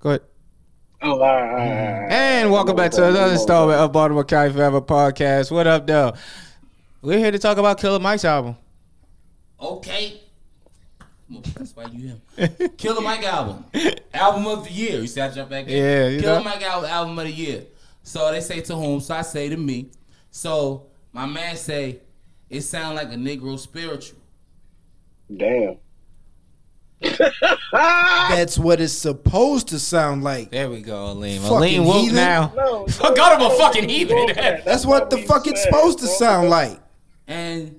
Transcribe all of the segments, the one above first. Go ahead. Oh, all right, all right, all right. And welcome back to another installment of Baltimore County Forever podcast. What up, though? We're here to talk about Killer Mike's album. Okay. Well, That's why you him. Killer Mike album. Album of the year. You see, I jump back in. Yeah, you Killer know. Mike album, album of the year. So they say to whom, so I say to me. So my man say, it sound like a Negro spiritual. Damn. That's what it's supposed to sound like. There we go, Aleem. Fucking Aleem woke heathen. now. No, Fuck out of a fucking heathen. That's what the fuck it's supposed to sound like. And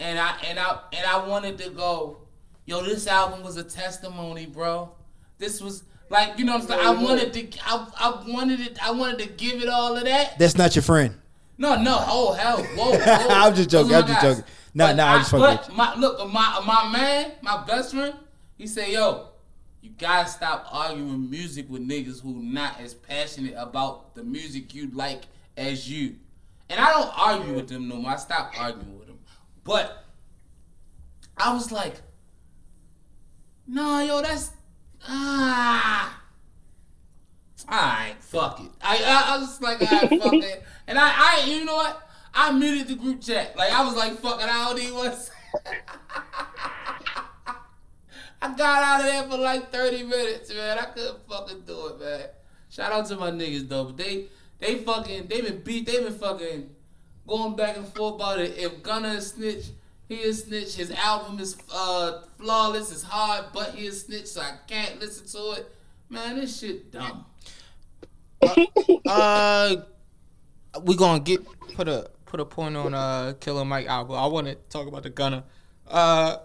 and I and I and I wanted to go, yo, this album was a testimony, bro. This was like, you know what I'm saying? I wanted to I, I wanted it I wanted to give it all of that. That's not your friend. No, no. Oh hell, whoa. whoa. I'm just joking, Those are I'm my just guys. joking. Nah, But nah, I'm just fucking but with my, Look, my my man, my best friend, he said, "Yo, you gotta stop arguing music with niggas who not as passionate about the music you like as you." And I don't argue with them no more. I stopped arguing with them. But I was like, "Nah, yo, that's ah." Alright, fuck it. I, I, I was just like, alright, fuck it. And I, I, you know what? I muted the group chat. Like, I was like, fuck it, I don't even want to say I got out of there for like 30 minutes, man. I couldn't fucking do it, man. Shout out to my niggas, though. But they, they fucking, they been beat, they been fucking going back and forth about it. If Gunna is snitch, he is snitch. His album is uh, flawless, it's hard, but he is snitch, so I can't listen to it. Man, this shit dumb. Uh, we gonna get put a put a point on uh Killer Mike album. I want to talk about the Gunner. Uh,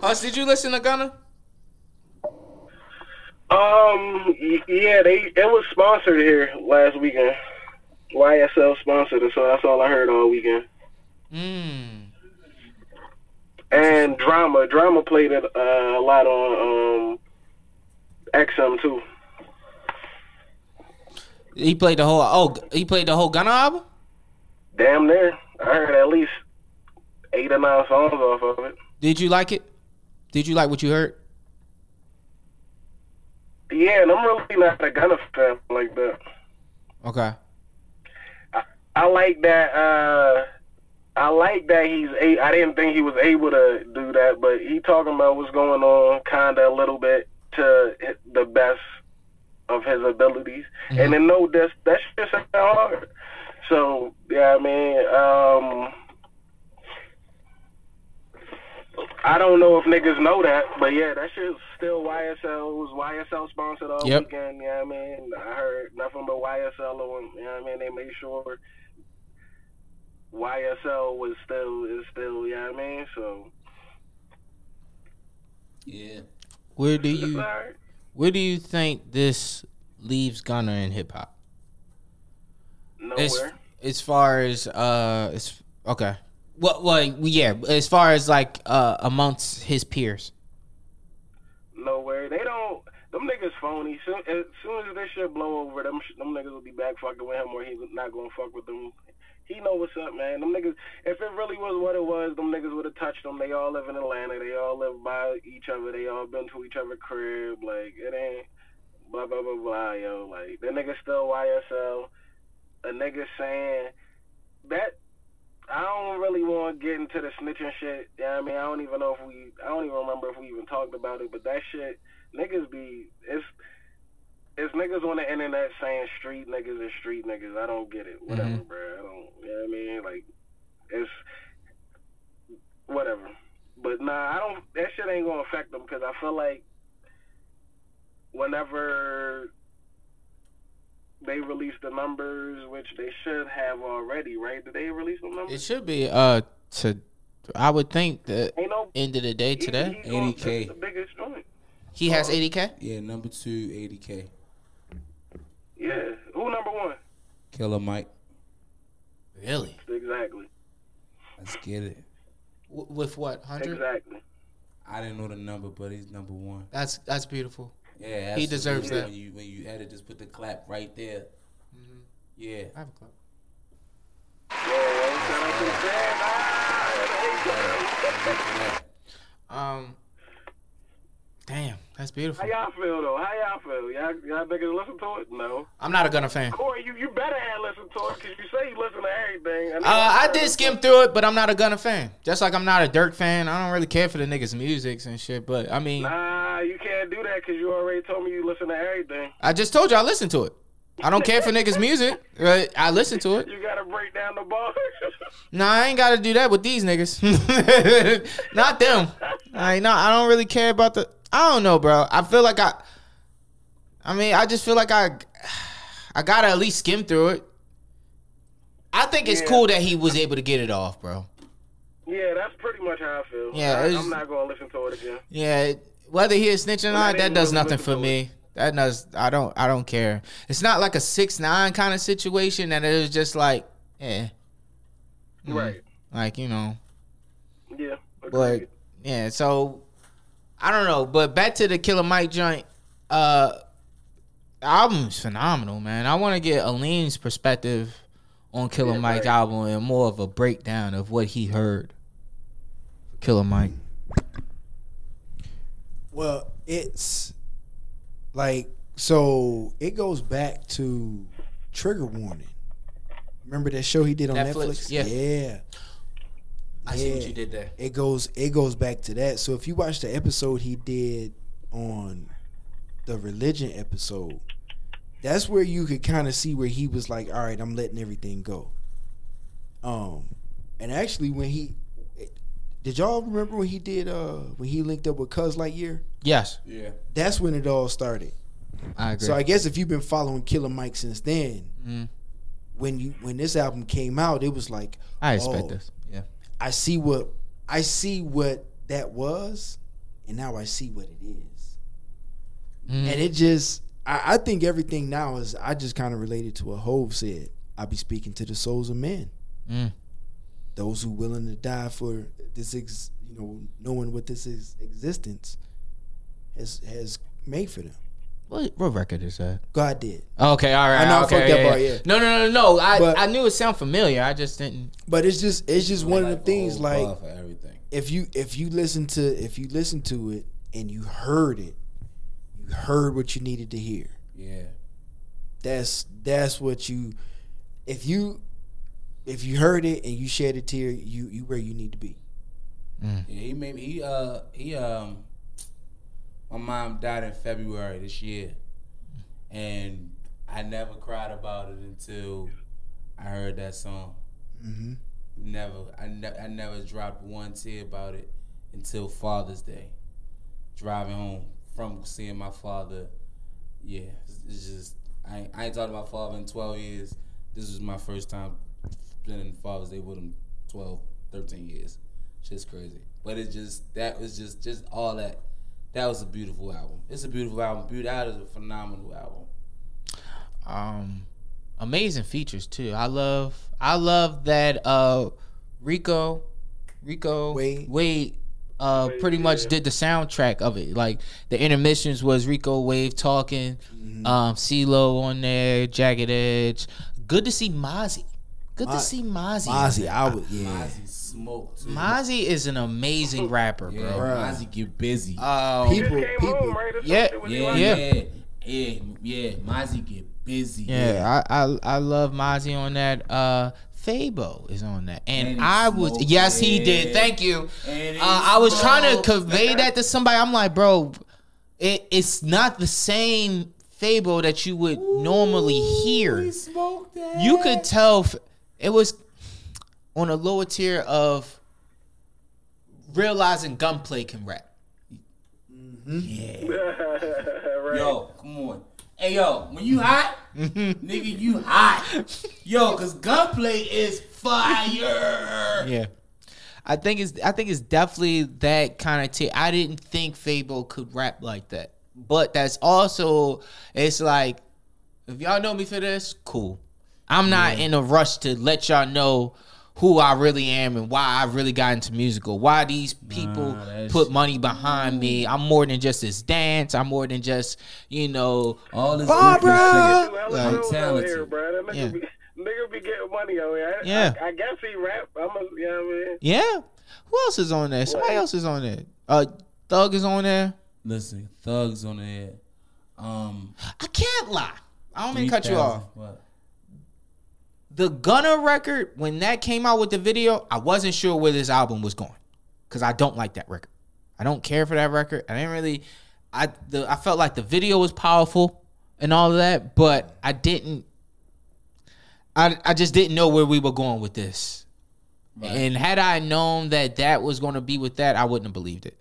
Huss, did you listen to Gunner? Um, y- yeah, they it was sponsored here last weekend. YSL sponsored it, so that's all I heard all weekend. Mm. And drama, drama played it uh, a lot on um, XM too. He played the whole oh he played the whole Gunner album. Damn near, I heard at least eight or nine songs off of it. Did you like it? Did you like what you heard? Yeah, and I'm really not a Gunna fan like that. Okay. I like that. Uh, I like that he's. A- I didn't think he was able to do that, but he talking about what's going on, kinda a little bit to hi- the best of his abilities, Mm-hmm. and then no, that's that's just hard. So yeah, I mean, um, I don't know if niggas know that, but yeah, that shit's still YSL. It was YSL sponsored all Yep. weekend. Yeah, I mean, I heard nothing but YSL on. You know what I mean, they made sure YSL was still is still. Yeah, I mean, so Yeah. Where do it's you alright. where do you think this leaves Gunner in hip hop? Nowhere. As as far as uh, it's okay. Well, well, yeah. As far as like uh, amongst his peers. nowhere. They don't. Them niggas phony. Soon, as soon as this shit blow over, them sh- them niggas will be back fucking with him, or he's not gonna fuck with them. He know what's up, man. Them niggas. If it really was what it was, them niggas would have touched them. They all live in Atlanta. They all live by each other. They all been to each other crib. Like it ain't blah blah blah blah. Yo, like that nigga still YSL. A nigga saying that. I don't really want to get into the snitching shit. Yeah, I mean, I don't even know if we, I don't even remember if we even talked about it. But that shit, niggas be it's it's niggas on the internet saying street niggas is street niggas. I don't get it. Whatever, bruh. I don't. You know what I mean? Like it's whatever. But nah, I don't. That shit ain't gonna affect them because I feel like whenever they release the numbers, which they should have already, right? Did they release the numbers? It should be uh to I would think the ain't no end of the day today He- he gonna- 80K. that's The biggest joint. he has 80k. Yeah, number two, 80K. Yeah. Who number one? Killer Mike. Really? Exactly. Let's get it. W- with what 100? Exactly. I didn't know the number, but he's number one. That's that's beautiful. Yeah, He absolutely. deserves that. Mm-hmm. When you when you edit, just put the clap right there. Yeah. I have a club. Yeah. Shout out to the fans. Ah, there you go. Yeah. Um, damn, That's beautiful. How y'all feel though? How y'all feel? Y'all y'all niggas listen to it? No. I'm not a Gunna fan. Corey, you, you better have listened to it because you say you listen to everything. Uh, I did skim through it, but I'm not a Gunna fan. Just like I'm not a Dirk fan. I don't really care for the niggas' music and shit. But I mean, Nah, you can't do that because you already told me you listen to everything. I just told you I listen to it. I don't care for niggas' music, but I listen to it. You gotta break down the bars. Nah, I ain't gotta do that with these niggas. not them. I ain't- no, I don't really care about the. I don't know, bro. I feel like I. I mean, I just feel like I. I gotta at least skim through it. I think it's Yeah. cool that he was able to get it off, bro. yeah, that's pretty much how I feel. Yeah, I, it's- I'm not gonna listen to it again. Yeah, it- whether he is snitching or Well, that not, that ain't does really nothing what for the- me. That does. I don't. I don't care. It's not like a six nine kind of situation, and it was just like, eh, Mm. Right. like you know, Yeah. But agreed. yeah, so I don't know. But back to the Killer Mike joint. Uh the album's phenomenal, man. I want to get Aline's perspective on Killer Yeah, Mike's right. album and more of a breakdown of what he heard. Killer Mike. Well, it's like so it goes back to trigger warning. Remember that show he did on Netflix? Netflix? Yeah. yeah. I see what you did there. It goes it goes back to that. So if you watch the episode he did on the religion episode, that's where you could kind of see where he was like, "All right, I'm letting everything go." Um, and actually, when he did y'all remember when he did uh when he linked up with Cuz Lightyear? Yes, Yeah. That's when it all started. I agree. So I guess if you've been following Killer Mike since then, Mhm. when you when this album came out, it was like I expect oh. this. Yeah. I see what I see what that was, and now I see what it is. Mhm. And it just I, I think everything now is I just kind of related to what Hove said. I be speaking to the souls of men. Mm. Those who willing to die for this ex, you know, knowing what this is existence has has made for them. What, what record is that? God did. Okay, all right. I know I okay, fucked that yeah, part, yeah. yeah. No, no, no, no. I, But- I knew it sounded familiar. I just didn't. But it's just it's just one of the things whole like bar for everything. if you if you listen to if you listen to it and you heard it, you heard what you needed to hear. Yeah. That's that's what you if you if you heard it and you shed a tear, you you where you need to be. Yeah, he made me. He uh he um. My mom died in February this year, and I never cried about it until I heard that song. Mm-hmm. hmm Never, I, ne- I never dropped one tear about it until Father's Day, driving home from seeing my father. Yeah, it's, it's just I ain't, I ain't talked to my father in twelve years. This was my first time spending Father's Day with him 12, 13 years. Shit's crazy, but it just that was just just all that. That was a beautiful album. It's a beautiful album. Beaut Out is a phenomenal album. um amazing features too. I love I love that uh Rico Rico Wade. Wade uh Wade, pretty much yeah. did the soundtrack of it. Like the intermissions was Rico Wave talking, Mm-hmm. um CeeLo on there, Jagged Edge. Good to see Mozzie. Good Ma- to see Mozzie. Ozzy, I would yeah. Mozzie smoked too. Mozzie is an amazing rapper, yeah, bro. Bruh. Mozzie get busy. Um, You People- just came people- home, right? That's Yeah, what you Yeah, like. Yeah. yeah, yeah, yeah, yeah. Mozzie get busy. Yeah, I, I I love Mozzie on that. Uh Fabo is on that. And, And he I was smoked yes, he it. did. Thank you. And he Uh, I was trying to smoked convey that to somebody. I'm like, bro, it, it's not the same Fabo that you would normally hear. He smoked that. You could tell f- it was on a lower tier of realizing gunplay can rap. Yeah. right. Yo, come on. Hey, yo, when you hot, nigga, you hot. Yo, cause gunplay is fire. Yeah. I think it's I think it's definitely that kind of tier. I didn't think Fable could rap like that. But that's also it's like if y'all know me for this, cool. I'm not in a rush to let y'all know who I really am and why I really got into music or why these people that's- put money behind me. I'm more than just this dance. I'm more than just, you know, All this Barbara! Two Like- hella shows out Talented. here, bro. That nigga, Yeah. be, nigga be getting money out here. I, Yeah. I, I guess he rap. I'm a, you know what I mean? yeah. Who else is on there? Somebody Right. else is on there. Uh Thug is on there. Listen, thugs on the air. Um, I can't lie. I don't mean to cut you 3,000, off. what? The Gunna record, when that came out with the video, I wasn't sure where this album was going because I don't like that record. I don't care for that record. I didn't really. I the I felt like the video was powerful and all of that, but I didn't. I I just didn't know where we were going with this. Right. And had I known that that was going to be with that, I wouldn't have believed it.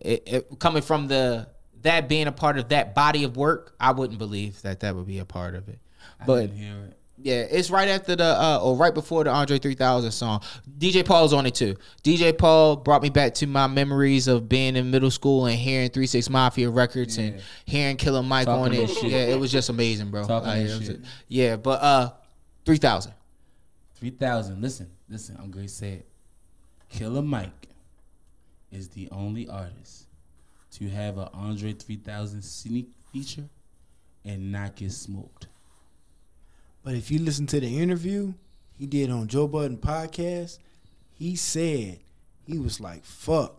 it, it coming from the that being a part of that body of work, I wouldn't believe that that would be a part of it. I But didn't hear it. yeah, it's right after the uh, or right before the Andre 3000 song. DJ Paul's on it too. DJ Paul brought me back to my memories of being in middle school and hearing Three Six Mafia records and Yeah. hearing Killer Mike Talking on it. that shit. Yeah, it was just amazing, bro. Talking Like, that it was shit. a- yeah, but uh, 3000. Three thousand. Listen, listen. I'm gonna say it. Killer Mike is the only artist to have an Andre three thousand sneak feature and not get smoked. But if you listen to the interview he did on Joe Budden podcast, he said he was like, "Fuck,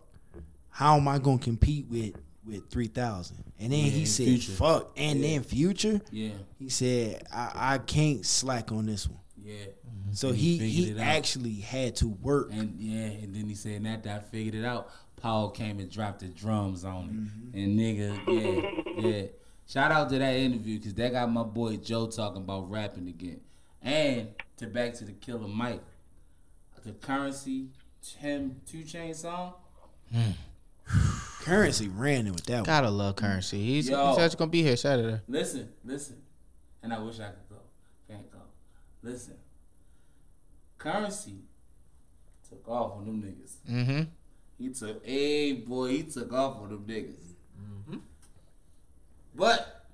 how am I gonna compete with with three thousand? And then he and said, Future. "Fuck," and then Future, Yeah, he said, "I, I can't slack on this one." yeah, Mm-hmm. So And he he he, figured it out. actually had to work. and yeah, and then he said, and after I figured it out, Paul came and dropped the drums on it, and nigga, yeah, yeah. Shout out to that interview because that got my boy Joe talking about rapping again. And to back to the Killer Mike, the currency, him two chain song. Currency ran in with that one. Gotta love currency. He's, he's Yo. actually gonna be here Saturday. Listen, listen. And I wish I could go. Can't go. Listen. Currency took off on them niggas. Mm-hmm. He took, hey boy, he took off on them niggas. But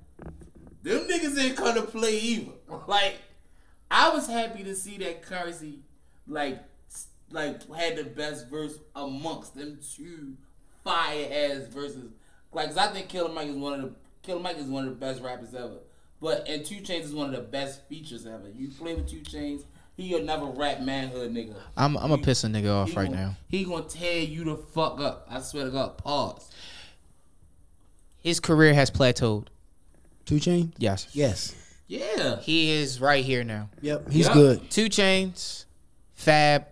them niggas ain't come to play either. Like I was happy to see that currency, like, s- like had the best verse amongst them two fire ass verses. Like, 'cause I think Killer Mike is one of the Killer Mike is one of the best rappers ever. But and Two Chains is one of the best features ever. You play with Two Chains, he'll never rap manhood nigga. I'm I'm gonna You- piss a nigga off he right gon- now. He gonna tear you the fuck up. I swear to God. Pause. His career has plateaued. Two Chain, Yes. yes, Yeah. He is right here now. yep, he's Yeah. good. Two chains, fab,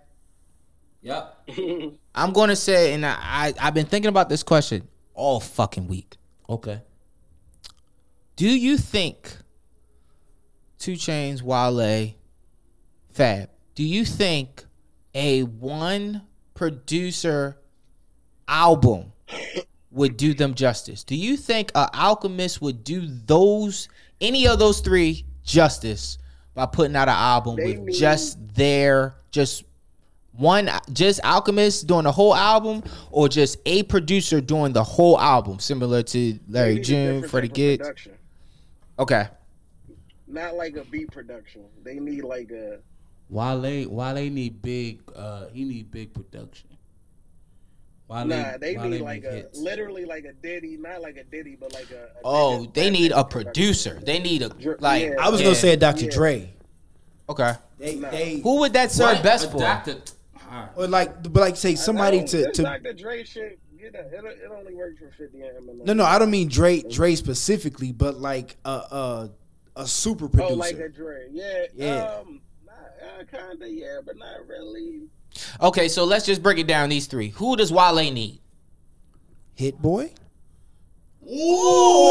Yep. I'm going to say, and I, I I've been thinking about this question all fucking week. Okay. Do you think Two Chains, Wale, Fab? Do you think a one producer album would do them justice? Do you think a Alchemist would do those any of those three justice by putting out an album They with need- just their just one just Alchemist doing the whole album or just a producer doing the whole album similar to Larry It's a June, different Freddie type of Gibbs? production. Okay. Not like a beat production. They need like a Wale Wale need big uh he need big production. Wale, nah. They Wale need make like a hits. literally like a Diddy, not like a Diddy, but like a. a Oh, nigga they rap need a type producer. They need a Dr- like. yeah. I was gonna yeah. say Dr. Yeah. Dre. okay. They, Nah. they, Who would that serve What? best A for? Doctor, Alright. or like, but like say somebody No, to, this to Dr. Dre shit. You know, it, it only worked for Fifty and Eminem. No, no, I don't mean Dre Dre specifically, but like a a, a super producer. Oh, like a Dre. Yeah. Yeah. Um, nah, uh, kinda, yeah, but not really. Okay, so let's just break it down. These three. Who does Wale need? Hit boy.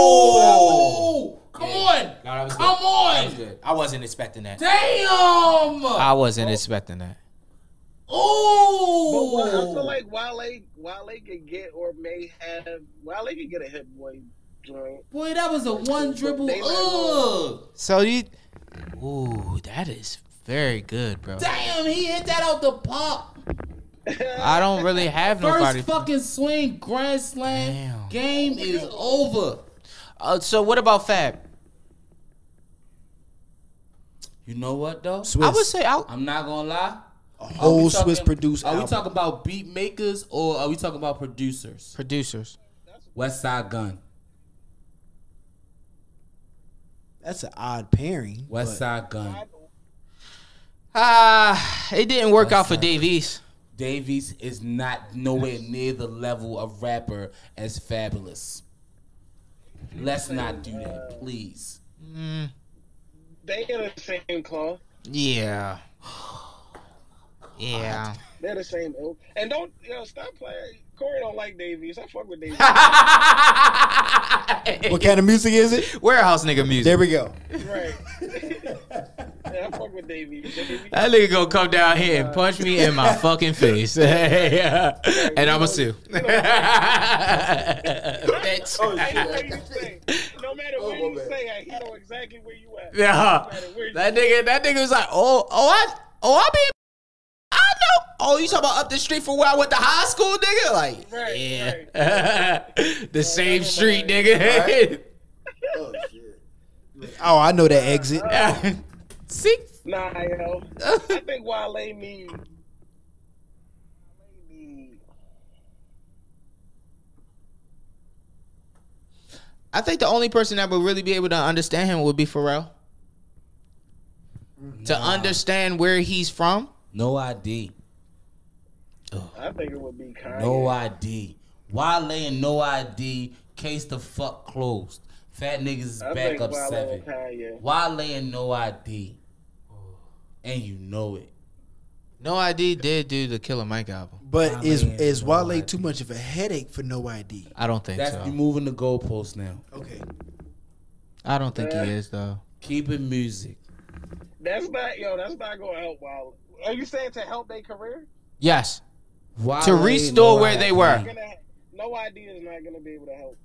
Ooh! Come on! that was Come on! I wasn't expecting that. Damn! I wasn't expecting that. But what, I Ooh! feel like Wale, Wale could get or may have. Wale could get a hit boy joint. Boy, that was a one dribble. They like- Ugh! So you. Ooh, that is very good, bro. Damn, he hit that out the park. I don't really have First nobody. fucking swing grand slam Damn. game is over. Uh, so what about Fab? You know what though? Swiss. I would say I, I'm not gonna lie. a Are Oh, we whole talking- Swiss produced Are we album. talking about beat makers or are we talking about producers? producers. West Side Gun. That's an odd pairing. West but Side Gun. I- Ah, it didn't work out for Westside. Dave East. Davies is not nowhere near the level of rapper as Fabulous. Let's not do that, please. Mm, They in the same cloth. yeah. Yeah. They're the same ilk. And don't you know? Stop playing. Corey don't like Davies. I fuck with Davies. What kind of music is it? Warehouse nigga music. There we go. right. yeah, I fuck with Davies. Davies. That nigga gonna come down here and punch me in my fucking face. and I'ma sue. Bitch. No matter where you stay, no matter where you stay, at, he know exactly where you at. Yeah. That nigga that nigga was like, oh, oh I oh I be I know. Oh, you talking about up the street from where I went to high school, nigga? Like Right, yeah. the same street, nigga. Oh shit. Oh, I know that exit. See? Nah, yo. I think Wale me. Wale me. I think the only person that would really be able to understand him would be Pharrell. To understand where he's from. No ID. I think it would be Kanye. No ID. Wale and no ID. Case the fuck closed. Fat niggas is I back think up Wale seven. and Kanye. Wale and no ID. And you know it. No ID did do the Killer Mike album. But Wale is ain't is no Wale ID. too much of a headache for no ID? I don't think That's so. you moving the goalposts now. Okay. I don't think he is though. Keep it music. That's not yo. That's not gonna help Wale. Are you saying to help their career? Yes. Wale To and restore No where they were. You're gonna, no idea is not gonna be able to help.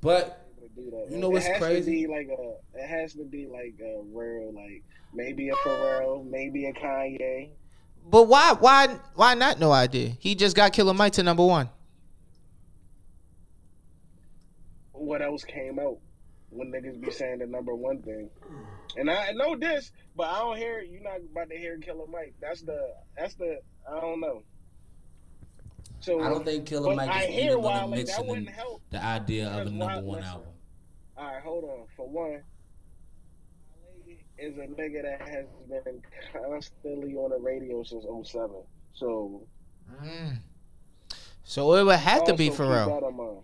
But to do that. You know It what's has to be crazy? like a, it has to be like a real, like maybe a Pharrell, maybe a Kanye. But why why why not no ID? He just got Killer Mike to number one. What else came out when niggas be saying the number one thing? And I know this, but I don't hear you're not about to hear Killer Mike. That's the that's the I don't know. So I don't think Killer but Mike I is hear even Wale. going to That mention wouldn't the, help. the idea of a Because number Wale- one listen. album. All right, hold on. For one, Wale is a nigga that has been constantly on the radio since 07. So Mm. So it would have to be Also, keep Pharrell. that in mind.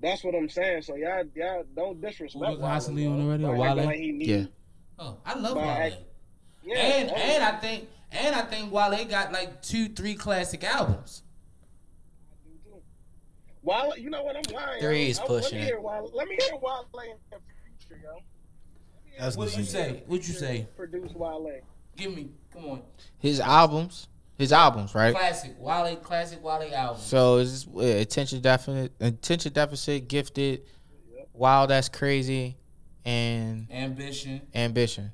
That's what I'm saying. So y'all, y'all don't disrespect. Who was Wale, constantly bro. on the radio? By Wale? acting Like he need, Yeah. Oh, I love But Wale. I- yeah. and that's- and I think and I think Wale got like two, three classic albums. Wale, you know what? I'm lying. Three is I- I- pushing Let it. me hear Wale. Let me hear Wale in the future, yo. That was What'd you good. say? What'd you say? Produce Wale. Give me, come on, His albums. His albums, right? classic Wale, classic Wale album. So is this, uh, attention deficit attention deficit, gifted, wild that's crazy, and Ambition ambition.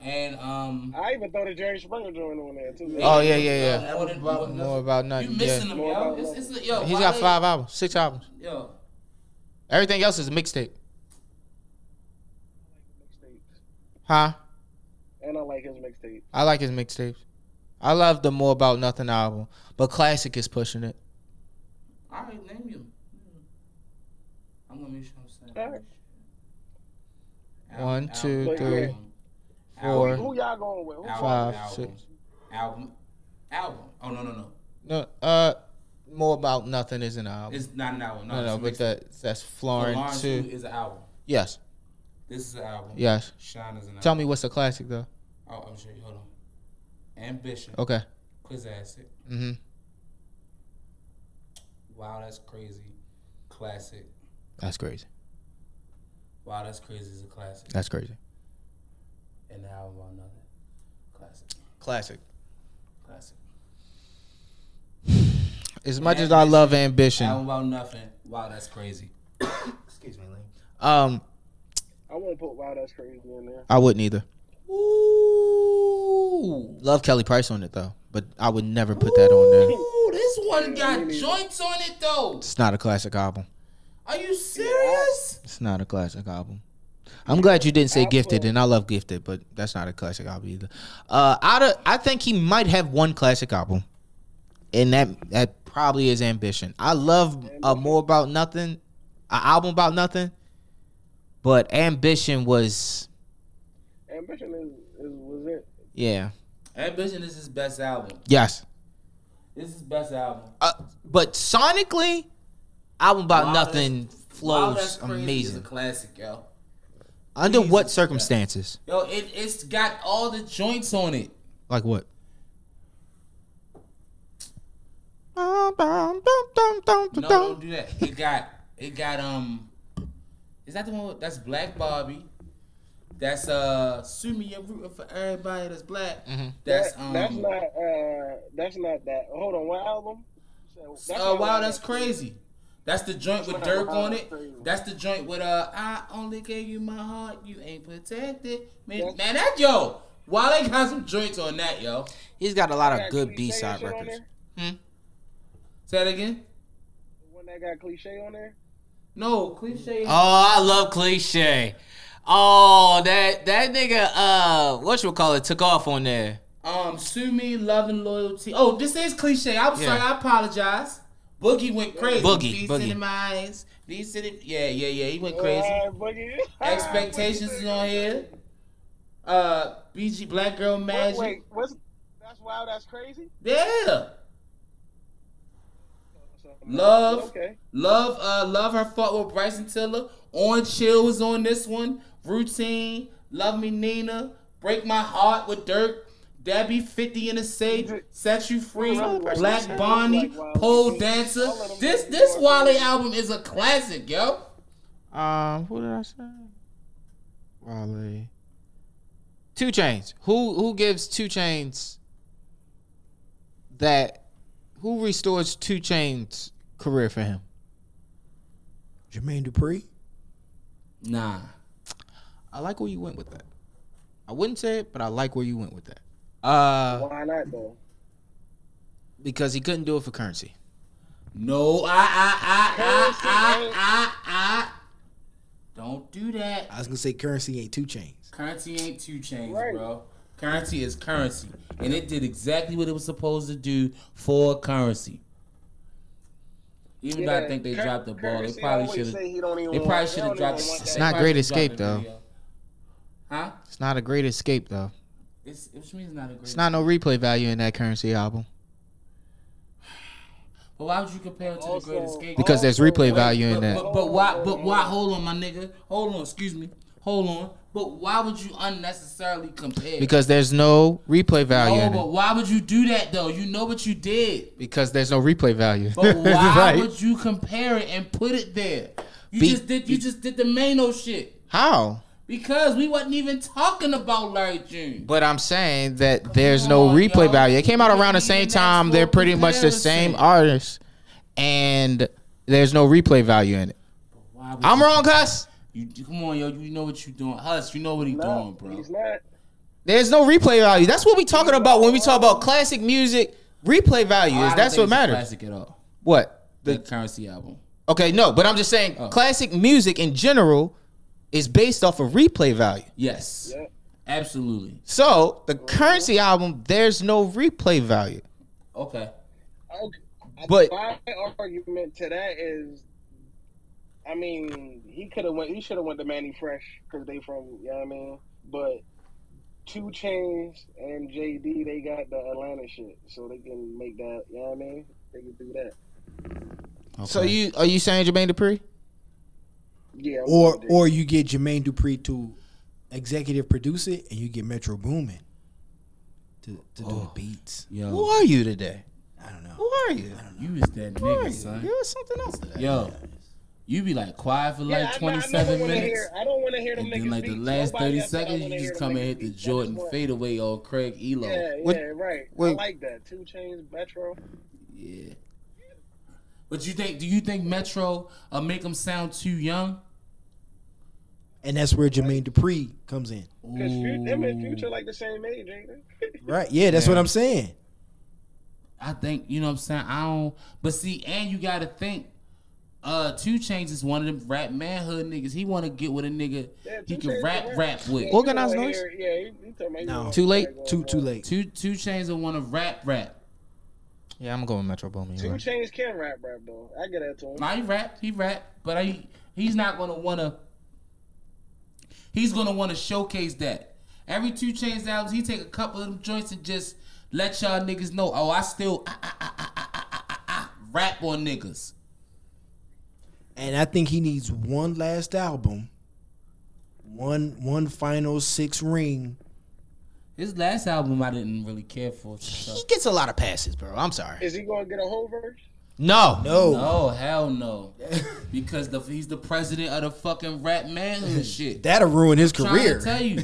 and um. I even throw the Jerry Springer joint on there too. Oh yeah, yeah, yeah. More than- More, about you nothing. missing Yeah. him, yo? It's, it's, yo He's got Wale- five albums, six albums. Yo, Everything else is a mixtape. Huh? And I like his mixtape. I like his mixtapes. I love the More About Nothing album, but Classic is pushing it. all right, name him. I'm gonna make sure I'm All saying. right. Album, One, two, album, three, album, four, album, Who y'all going with? Who album, five, album, six. album, album. Oh no, no, no! No, uh, More About Nothing is an album. It's not an album. No, No, it's no, a but mixtape. that that's But Florin Lawrence too. Wu is an album. Yes, This is an album. yes. Shine is an album. Tell me what's a classic though. Oh, I'm sure. you- Hold on. Ambition. Okay. Quiz acid. Mm-hmm. Wow, that's crazy. Classic. That's crazy. Wow, that's crazy is a classic. That's crazy. And the album about nothing. Classic. Classic. Classic. As much as I love ambition, Album about nothing. Wow, that's crazy. Excuse me, Lane. um, I won't put Wow That's Crazy in there. I wouldn't either. Ooh. Love Kelly Price on it though, but I would never put that on there. Ooh, this one me got neither. joints on it though. It's not a classic album. Are you serious? It's not a classic album. I'm glad you didn't say gifted, Absolutely. and I love gifted, but that's not a classic album either. Uh, out of, I think he might have one classic album, and that that probably is ambition. I love a more about nothing, an album about nothing, but ambition was Ambition is, is was it. yeah, Ambition is his best album. yes, This is best album. Uh, but sonically, album about Wild nothing Wild flows That's Crazy Is a amazing. classic, yo. Under Jesus, what yeah. circumstances? Yo, it, it's got all the joints on it. Like what? No, don't do that. It got it got um is that the one with- that's Black Bobby? That's uh Sumi I'm rooting for everybody that's black. Mhm. That's That- um that's not uh that's not that. Hold on, what album? That's uh, not wow, Wild that's crazy. That's the joint with Wow, Dirk on that's it. crazy. That's the joint with uh I only gave you my heart, you ain't protected. Man, That's- man that yo, Wale got some joints on that, yo. He's got a lot Got of good Cliche B and side shit on records. there? Say that again? The One that got cliche on there. No, cliche. Oh, I love cliche. Oh, that that nigga, uh, what you call it, took off on there. Um, sue me, love and loyalty. Oh, this is cliche. I'm Yeah. sorry. I apologize. Boogie went crazy. Boogie, Beast Boogie. in my eyes. Beast in it. Yeah, yeah, yeah. He went crazy. Uh, Boogie. Expectations is on here. Uh, BG Black Girl Wait, Magic. wait, what's that's wow, that's crazy. Yeah. Love. Okay. Love. Uh, love her fought with Bryson Tiller. On chill was on this one. Routine. Love me Nina. Break my heart with Dirk. Debbie 50 in the safe, set you free, Black Bonnie, pole dancer. This this Wale album is a classic, yo. Um, who did I say? Wale. Two Chains. Who who gives Two Chains that? Who restores Two Chains career for him? Jermaine Dupree. Nah, I like where you went with that. I wouldn't say it, but I like where you went with that. Uh, Why not though? because he couldn't do it for currency. no, ah, I I I I I I I. ah, Don't do that. I was gonna say currency ain't two chains. Currency ain't two chains, Right. bro. Currency is currency, and it did exactly what it was supposed to do for currency. Even though I think they Cur- dropped the ball, they Currency probably always should have. say he don't even They want- probably he should have don't dropped. even want they It's that. not probably Great should've dropped Escape, the though. video. Huh? It's not a great escape though. It's which means not a great. It's not no replay value in that currency album But why would you compare it to the Great Also- Escape? because there's replay Wait, value but, in that. But, but why? But why? Hold on, my nigga. Hold on. Excuse me. Hold on. But why would you unnecessarily compare? Because there's no replay value oh, in but it. why would you do that though? You know what you did. Because there's no replay value. But why Right. would you compare it and put it there? You Be- just did. You just did the Mano shit How? because we wasn't even talking about Larry June. But I'm saying that there's no on, replay yo. value. It came out You around the can't same even time. ask They're for a pretty much the same comparison. artists, and there's no replay value in it. Why would I'm you- wrong, cuss. You, come on, yo. You know what you doing, Hus. You know what he doing, No, bro. he's not. There's no replay value. That's what we talking about when we talk about classic music. Replay value Oh, I is don't that's think what it's a matters. Classic at all? What The the currency album. Okay, no, but I'm just saying Oh. classic music in general is based off of replay value. Yes. Yeah. Absolutely. So the currency album, there's no replay value. Okay. Okay. But- my argument to that is, I mean, he could have went. He should have went to Manny Fresh because they from. You know what I mean? But Two Chains and JD, they got the Atlanta shit, so they can make that. You know what I mean? They can do that. So you are you saying Jermaine Dupri? Yeah. I'm Or with it. or you get Jermaine Dupree to executive produce it, and you get Metro Boomin to to do the beats. Yo. Who are you today? I don't Who know. are you? You is that Who are nigga, you? son. You're something else today. Yo. You be like quiet for Yeah, like I- I- I twenty never seven wanna minutes. Hear, I don't want to hear them And niggas. then like the beats. last Nobody thirty else, I seconds, wanna you hear just them come and niggas hit the beats. I Jordan just want- fadeaway on Craig Elo. Yeah, Yeah. What- yeah, right. I wait. like that. Two Chains, Metro. But you think? Do you think Metro uh, make him sound too young? And that's where Jermaine Dupree comes in. Because them and Ooh. Future like the same age, ain't they? Right? Yeah, that's Yeah. what I'm saying. I think you know what I'm saying. I don't. But see, and you got to think. Uh, Two Chains is one of them rap manhood niggas. He want to get with a nigga Yeah, he Two can Chainz rap can rap rap. with. Well, Organized You wanna noise? hear- Yeah, he, he talking about you No. wanna Too hear late? that going Too too on. late. Two Two Chains want to rap rap. Yeah, I'm going with Metro Boomin. Two you're right. Chains can rap rap though. I get that to him. Now he rap, he rap, but I, he's not gonna wanna. He's gonna wanna showcase that. Every two chains albums, he take a couple of them joints and just let y'all niggas know. Oh, I still, I, I, I, I, rap on niggas. And I think he needs one last album, one one final six ring. His last album I didn't really care for. so- He gets a lot of passes, bro. I'm sorry. Is he gonna get a whole verse? No. No, No, oh, hell no. because the, he's the president of the fucking rap manhood shit. that'll ruin his Trying to career. tell you.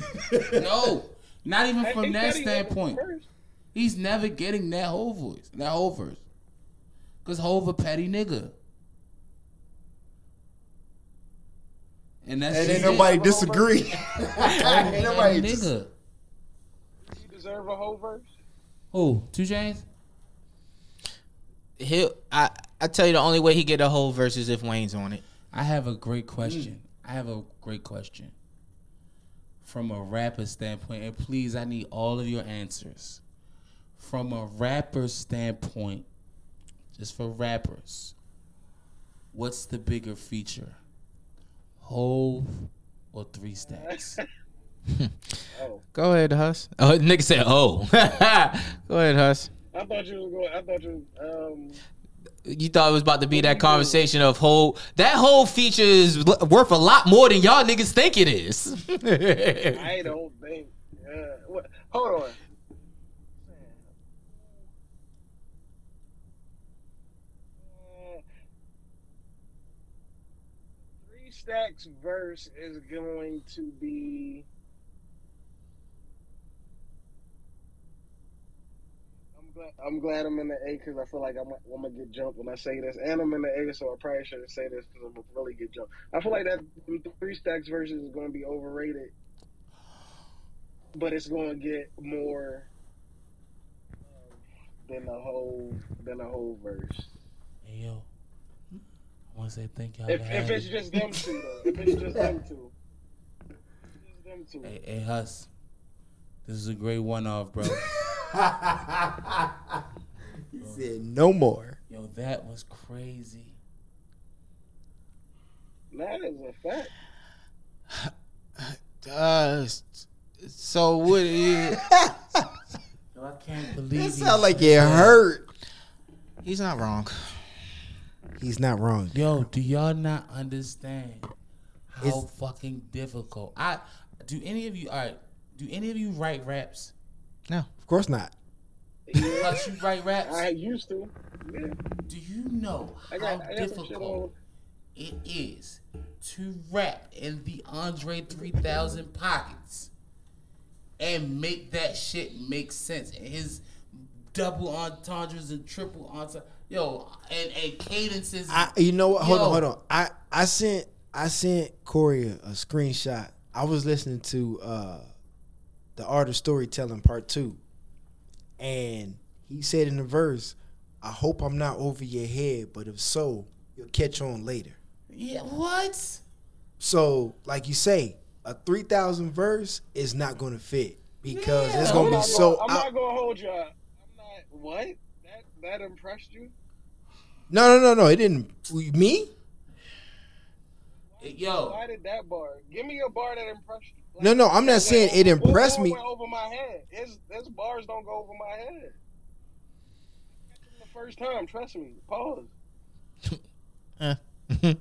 no. Not even He from said that he gonna get a standpoint. verse. He's never getting that whole voice. That whole verse. Cause Hove a petty nigga. And that's And ain't just it. nobody disagree. ain't That nobody dis- nigga. He deserve a whole verse. Who? Two chains? He, I, I tell you, the only way he get a whole verse is if Wayne's on it. I have a great question. I have a great question. From a rapper standpoint, and please, I need all of your answers. From a rapper standpoint, just for rappers, what's the bigger feature? Hove or three stacks? Go ahead, Huss. Oh, nigga said, oh. Go ahead, Huss. I thought you was going. I thought you. Was, um, You thought it was about to be that conversation of whole. That whole feature is l- worth a lot more than y'all niggas think it is. I don't think. Uh, what, hold on. Uh, Three Stacks verse is going to be. I'm glad I'm, glad I'm in the A because I feel like I'm, I'm gonna get jumped when I say this, and I'm in the A, so I probably shouldn't say this because I'm gonna really get jumped. I feel like that Three Stacks verse is going to be overrated but it's going to get more um, than the whole than the whole verse. hey, yo. I want to say thank y'all. If, for if having it's me. just them two, though. if it's just them two, Just them two. Hey, hey, Huss. This is a great one off, bro. He said no more. yo, that was crazy. that is a fact. Uh, so what? He, Yo, I can't believe It he sound like said it that. hurt. he's not wrong. He's not wrong. Yo, do y'all not understand how It's- fucking difficult? I do any of you all right? Do any of you write raps? Of course not. Yeah, Plus you write raps. I used to. Yeah, Do you know I how got, I got some shit on. difficult it is to rap in the Andre 3000 pockets and make that shit make sense? And his double entendres and triple entendres, yo, and and cadences. I, you know what? Hold Yo. on, hold on. I, I sent, I sent Corey a, a screenshot. I was listening to uh, the art of storytelling part two, and he said in the verse, "I hope I'm not over your head, but if so, you'll catch on later." yeah, what? So, like you say, a three thousand verse is not going to fit because Yeah. it's going I'm to be not so. gonna- I'm out- not gonna hold you. up. I'm not. What? That that impressed you? no, no, no, no. It didn't. Me? Yo, Why did that bar? Give me a bar that impressed you. Like, No, no. I'm not saying it What impressed bar me. Went over my head. It's, it's bars don't go over my head. The first time, trust me. Pause.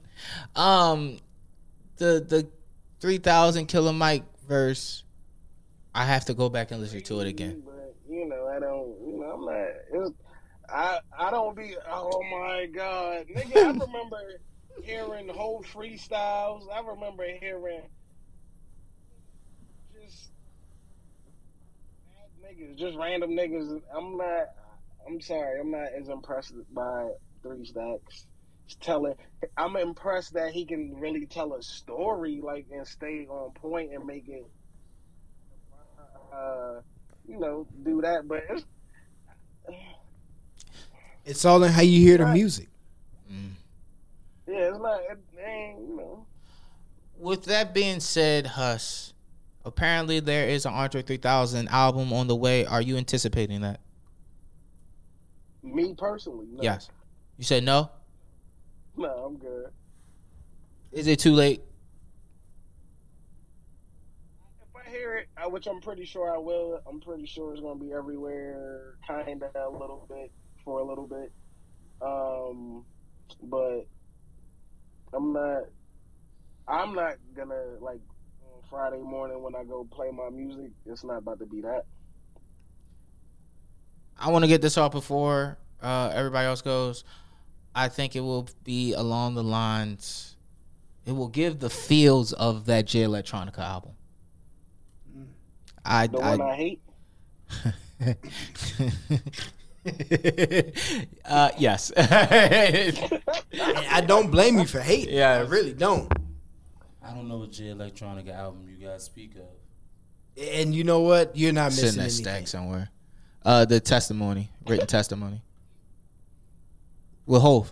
um, the the three thousand killer Mike verse. I have to go back and listen to it again. But you know, I don't. You know, I'm not. It's, I I don't be. Oh my god, nigga! I remember hearing whole freestyles. I remember hearing just bad niggas, just random niggas. I'm not. I'm sorry. I'm not as impressed by Three Stacks. It's Telling, I'm impressed that he can really tell a story, like, and stay on point and make it uh, you know, do that. But it's, It's all in how you hear the Right. music. yeah, it's not. It ain't, you know. With that being said, Huss, apparently there is an Andre 3000 album on the way. Are you anticipating that? Me personally, no. Yes. You said no? No, I'm good. Is it too late? If I hear it, I- which I'm pretty sure I will, I'm pretty sure it's gonna be everywhere, kind of a little bit for a little bit. Um, but I'm not. I'm not gonna like on Friday morning when I go play my music. It's not about to be that. I want to get this off before uh, everybody else goes. I think it will be along the lines. It will give the feels of that J Electronica album. I, Mm. The I, one I hate. uh, yes. And I don't blame you for hating. Yeah. I really don't. I don't know what J Electronica album you guys speak of. And you know what? You're not Sitting missing that anything. stack somewhere. Uh, the testimony, written testimony. With Hove.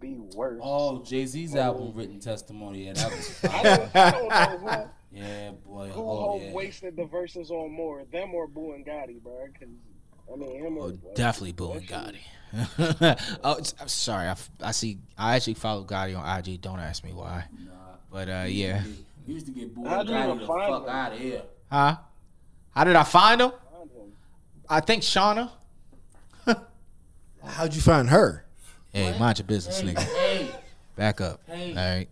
The worst. Oh, Jay Z's album, Written Testimony. Yeah, that was I, fire. don't, I don't know yeah, boy. who, who Oh, Hov yeah. wasted the verses on more, them or Boo and Gotti, bro. Because I mean, him Oh, or definitely Boo and Gotti. oh, it's- I'm sorry. I, f- I see. I actually follow Gotti on IG. Don't ask me why. Nah. But uh, yeah. We used to get bored How do you out the find fuck them? out of here. Huh? How did I find him? Find him. I think Shauna. How'd you find her? Hey, mind your business, Hey, nigga. hey, Back up. Hey. All right.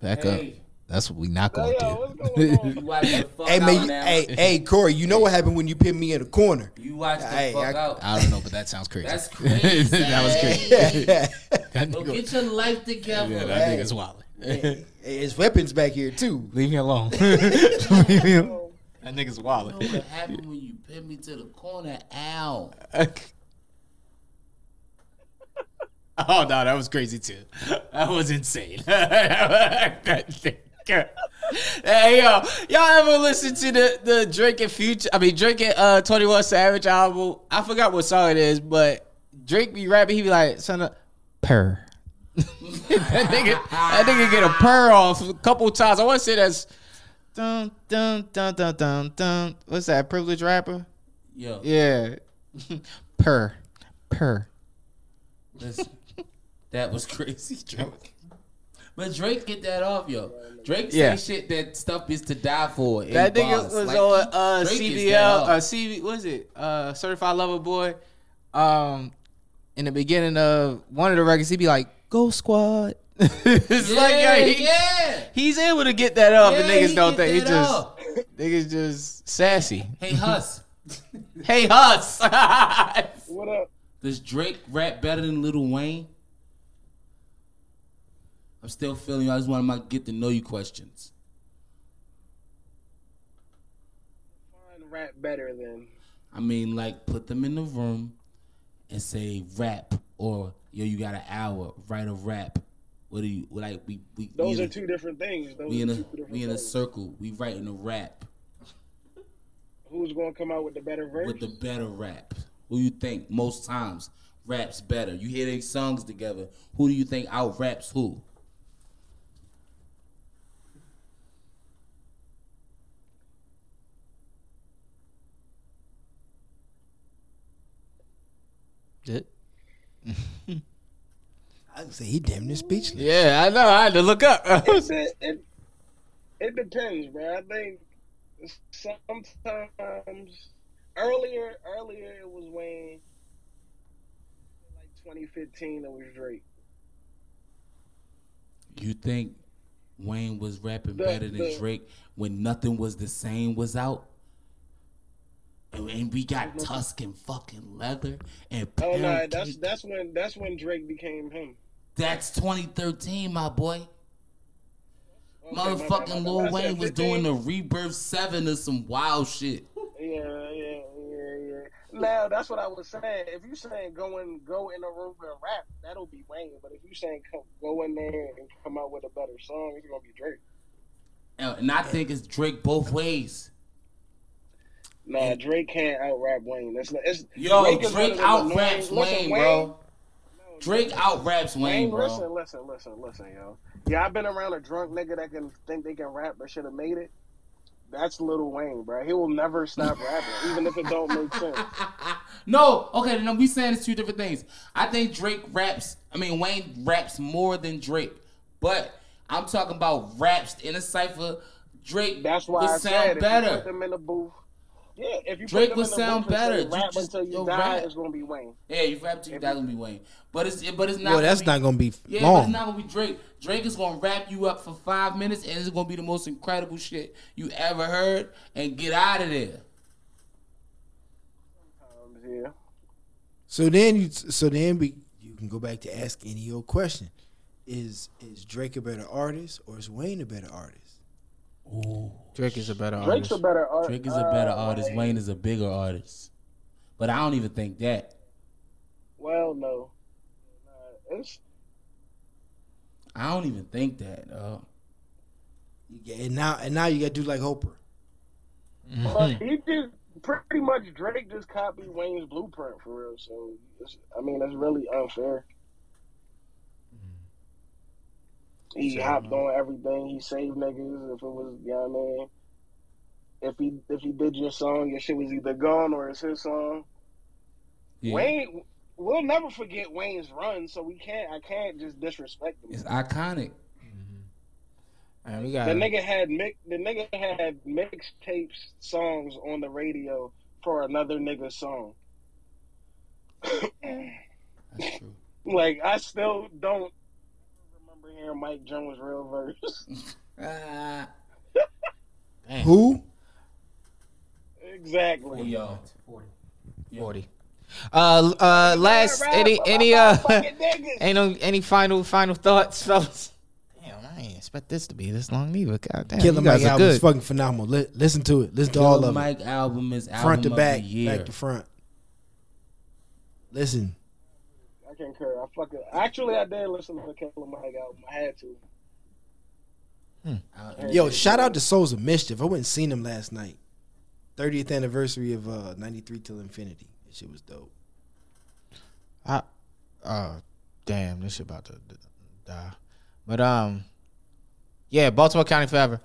Back up. hey. That's what we not Hey, gonna yo, do. what's going on? You watch the fuck Hey, out man, you, now. hey, hey, Corey, you know what happened when you put me in a corner. You watch the Hey, fuck I- out. I don't know, but that sounds crazy. That's crazy. that was crazy. hey, That Go nigga- get your life together. yeah, man. that nigga's wild. it's weapons back here too. Leave me alone. Leave me alone. So, That nigga's You wild. know what happened when you pin me to the corner, Al? Oh no, that was crazy too. That was insane. hey yo, y'all ever listen to the the Drake and Future? I mean Drake and uh, Twenty One Savage album. I forgot what song it is, but Drake be rapping. He be like, "Son of purr." that nigga, that nigga get a purr off a couple times. I want to say that's dun dun dun dun dun dun. What's that? Privileged rapper? Yo, Yeah, purr, purr. listen, that was crazy, Drake. But Drake get that off, yo. Drake say Yeah. shit that stuff is to die for. in That nigga bars. was Like, on uh, Drake is CBL, that off. uh, CV, what is it? Uh, Certified Lover Boy. Um, in the beginning of one of the records, he'd be like, "Go Squad." it's yeah, like, yo, he, yeah. he's able to get that up, and Yeah, niggas he don't get think he that just off. niggas just sassy. Hey, Huss, Hey, Huss. what up? does Drake rap better than Lil Wayne? I'm still feeling you. I just wanted my get to know you questions. Find rap better than I mean, like, put them in the room and say rap or yo, you got an hour, write a rap. What do you like? We we those we are in two different things. a, Those we are in two a different we in a things. circle. We writing a rap Who's gonna come out with the better verse? with the better rap. Who you think most times raps better? You hear their songs together. Who do you think out raps who? I say he damn near speechless. yeah, I know. I had to look up. It's- it, it, it depends, bro. I think sometimes earlier earlier it was Wayne, like 2015 it was Drake. You think Wayne was rapping The- better than the- Drake when nothing was the same was out? And, and we got Tusk and fucking leather and Oh Pound no, that's Cake. that's when that's when Drake became him. That's 2013, my boy. Okay, my bad, my Motherfucking bad. Lil I said Wayne was 15? doing the Rebirth 7 or some wild shit. Yeah, yeah, yeah, yeah. Now that's what I was saying. If you saying go and go in the room and rap, that'll be Wayne. But if you saying come, go in there and come out with a better song, it's gonna be Drake. And and I think it's Drake both ways. Nah, Drake can't out rap Wayne. That's not, it's Yo, is one of Drake them out annoying- raps listen, Wayne, bro. Drake out raps Wayne, Wayne, bro. listen, listen, listen, listen, yo. Yeah, I've been around a drunk nigga that can think they can rap but should have made it. That's Little Wayne, bro. He will never stop rapping, even if it don't make sense. No, okay, then we saying it's two different things. I think Drake raps. I mean, Wayne raps more than Drake, but I'm talking about raps in a cipher. Drake That's why would I sound said if you put better. them in the booth. Yeah, if you put Drake them would in the sound loop and say better. You Rap just- until you yo, die rap. is gonna be Wayne. Yeah, you rap to you, that's gonna be Wayne. But it's it- but it's not. Well, that's gonna not gonna be be- Yeah, but long. it's not gonna be Drake. Drake is gonna wrap you up for five minutes, and it's gonna be the most incredible shit you ever heard. And get out of there. Um, yeah. So then you so then we you can go back to ask any old question. Is is Drake a better artist or is Wayne a better artist? Drake is a better Drake's artist. a better uh, artist. Drake is a better artist. Wayne is a bigger artist. But I don't even think that. Well, no. Nah, it's I don't even think that. Uh, You get- And now and now you gotta do like Hopper. but he just pretty much Drake just copied Wayne's blueprint for real. So it's, I mean, it's really unfair. He hopped on everything. He saved niggas. If it was, you know what I mean. If he if he did your song, your shit was either gone or it's his song. yeah. Wayne, we'll never forget Wayne's run, so we can't. I can't just disrespect him. It's iconic. And Mm-hmm. we The got nigga had mix, the nigga had mixtapes songs on the radio for another nigga's song. That's true. Like I still don't remember hearing Mike Jones' real verse. Ah, Who? exactly. yo. forty. Uh, uh, last Rap any about any uh motherfucking niggas. any any final final thoughts, fellas. Damn, I ain't expect this to be this long either. God damn, Killer you guys Mike are album is good. fucking phenomenal. Li- listen to it. Listen to all Killer of it. Mike album is album Front to of back, the year. back to front. Listen, I concur. I fucking actually I did listen to the Killer Mike album. I had to. Uh, yo, shout out to Souls of Mischief. I went and seen them last night. 30th anniversary of uh, 93 Till Infinity. That shit was dope. I, uh, damn, this shit about to d- die. But um, yeah, Baltimore County forever.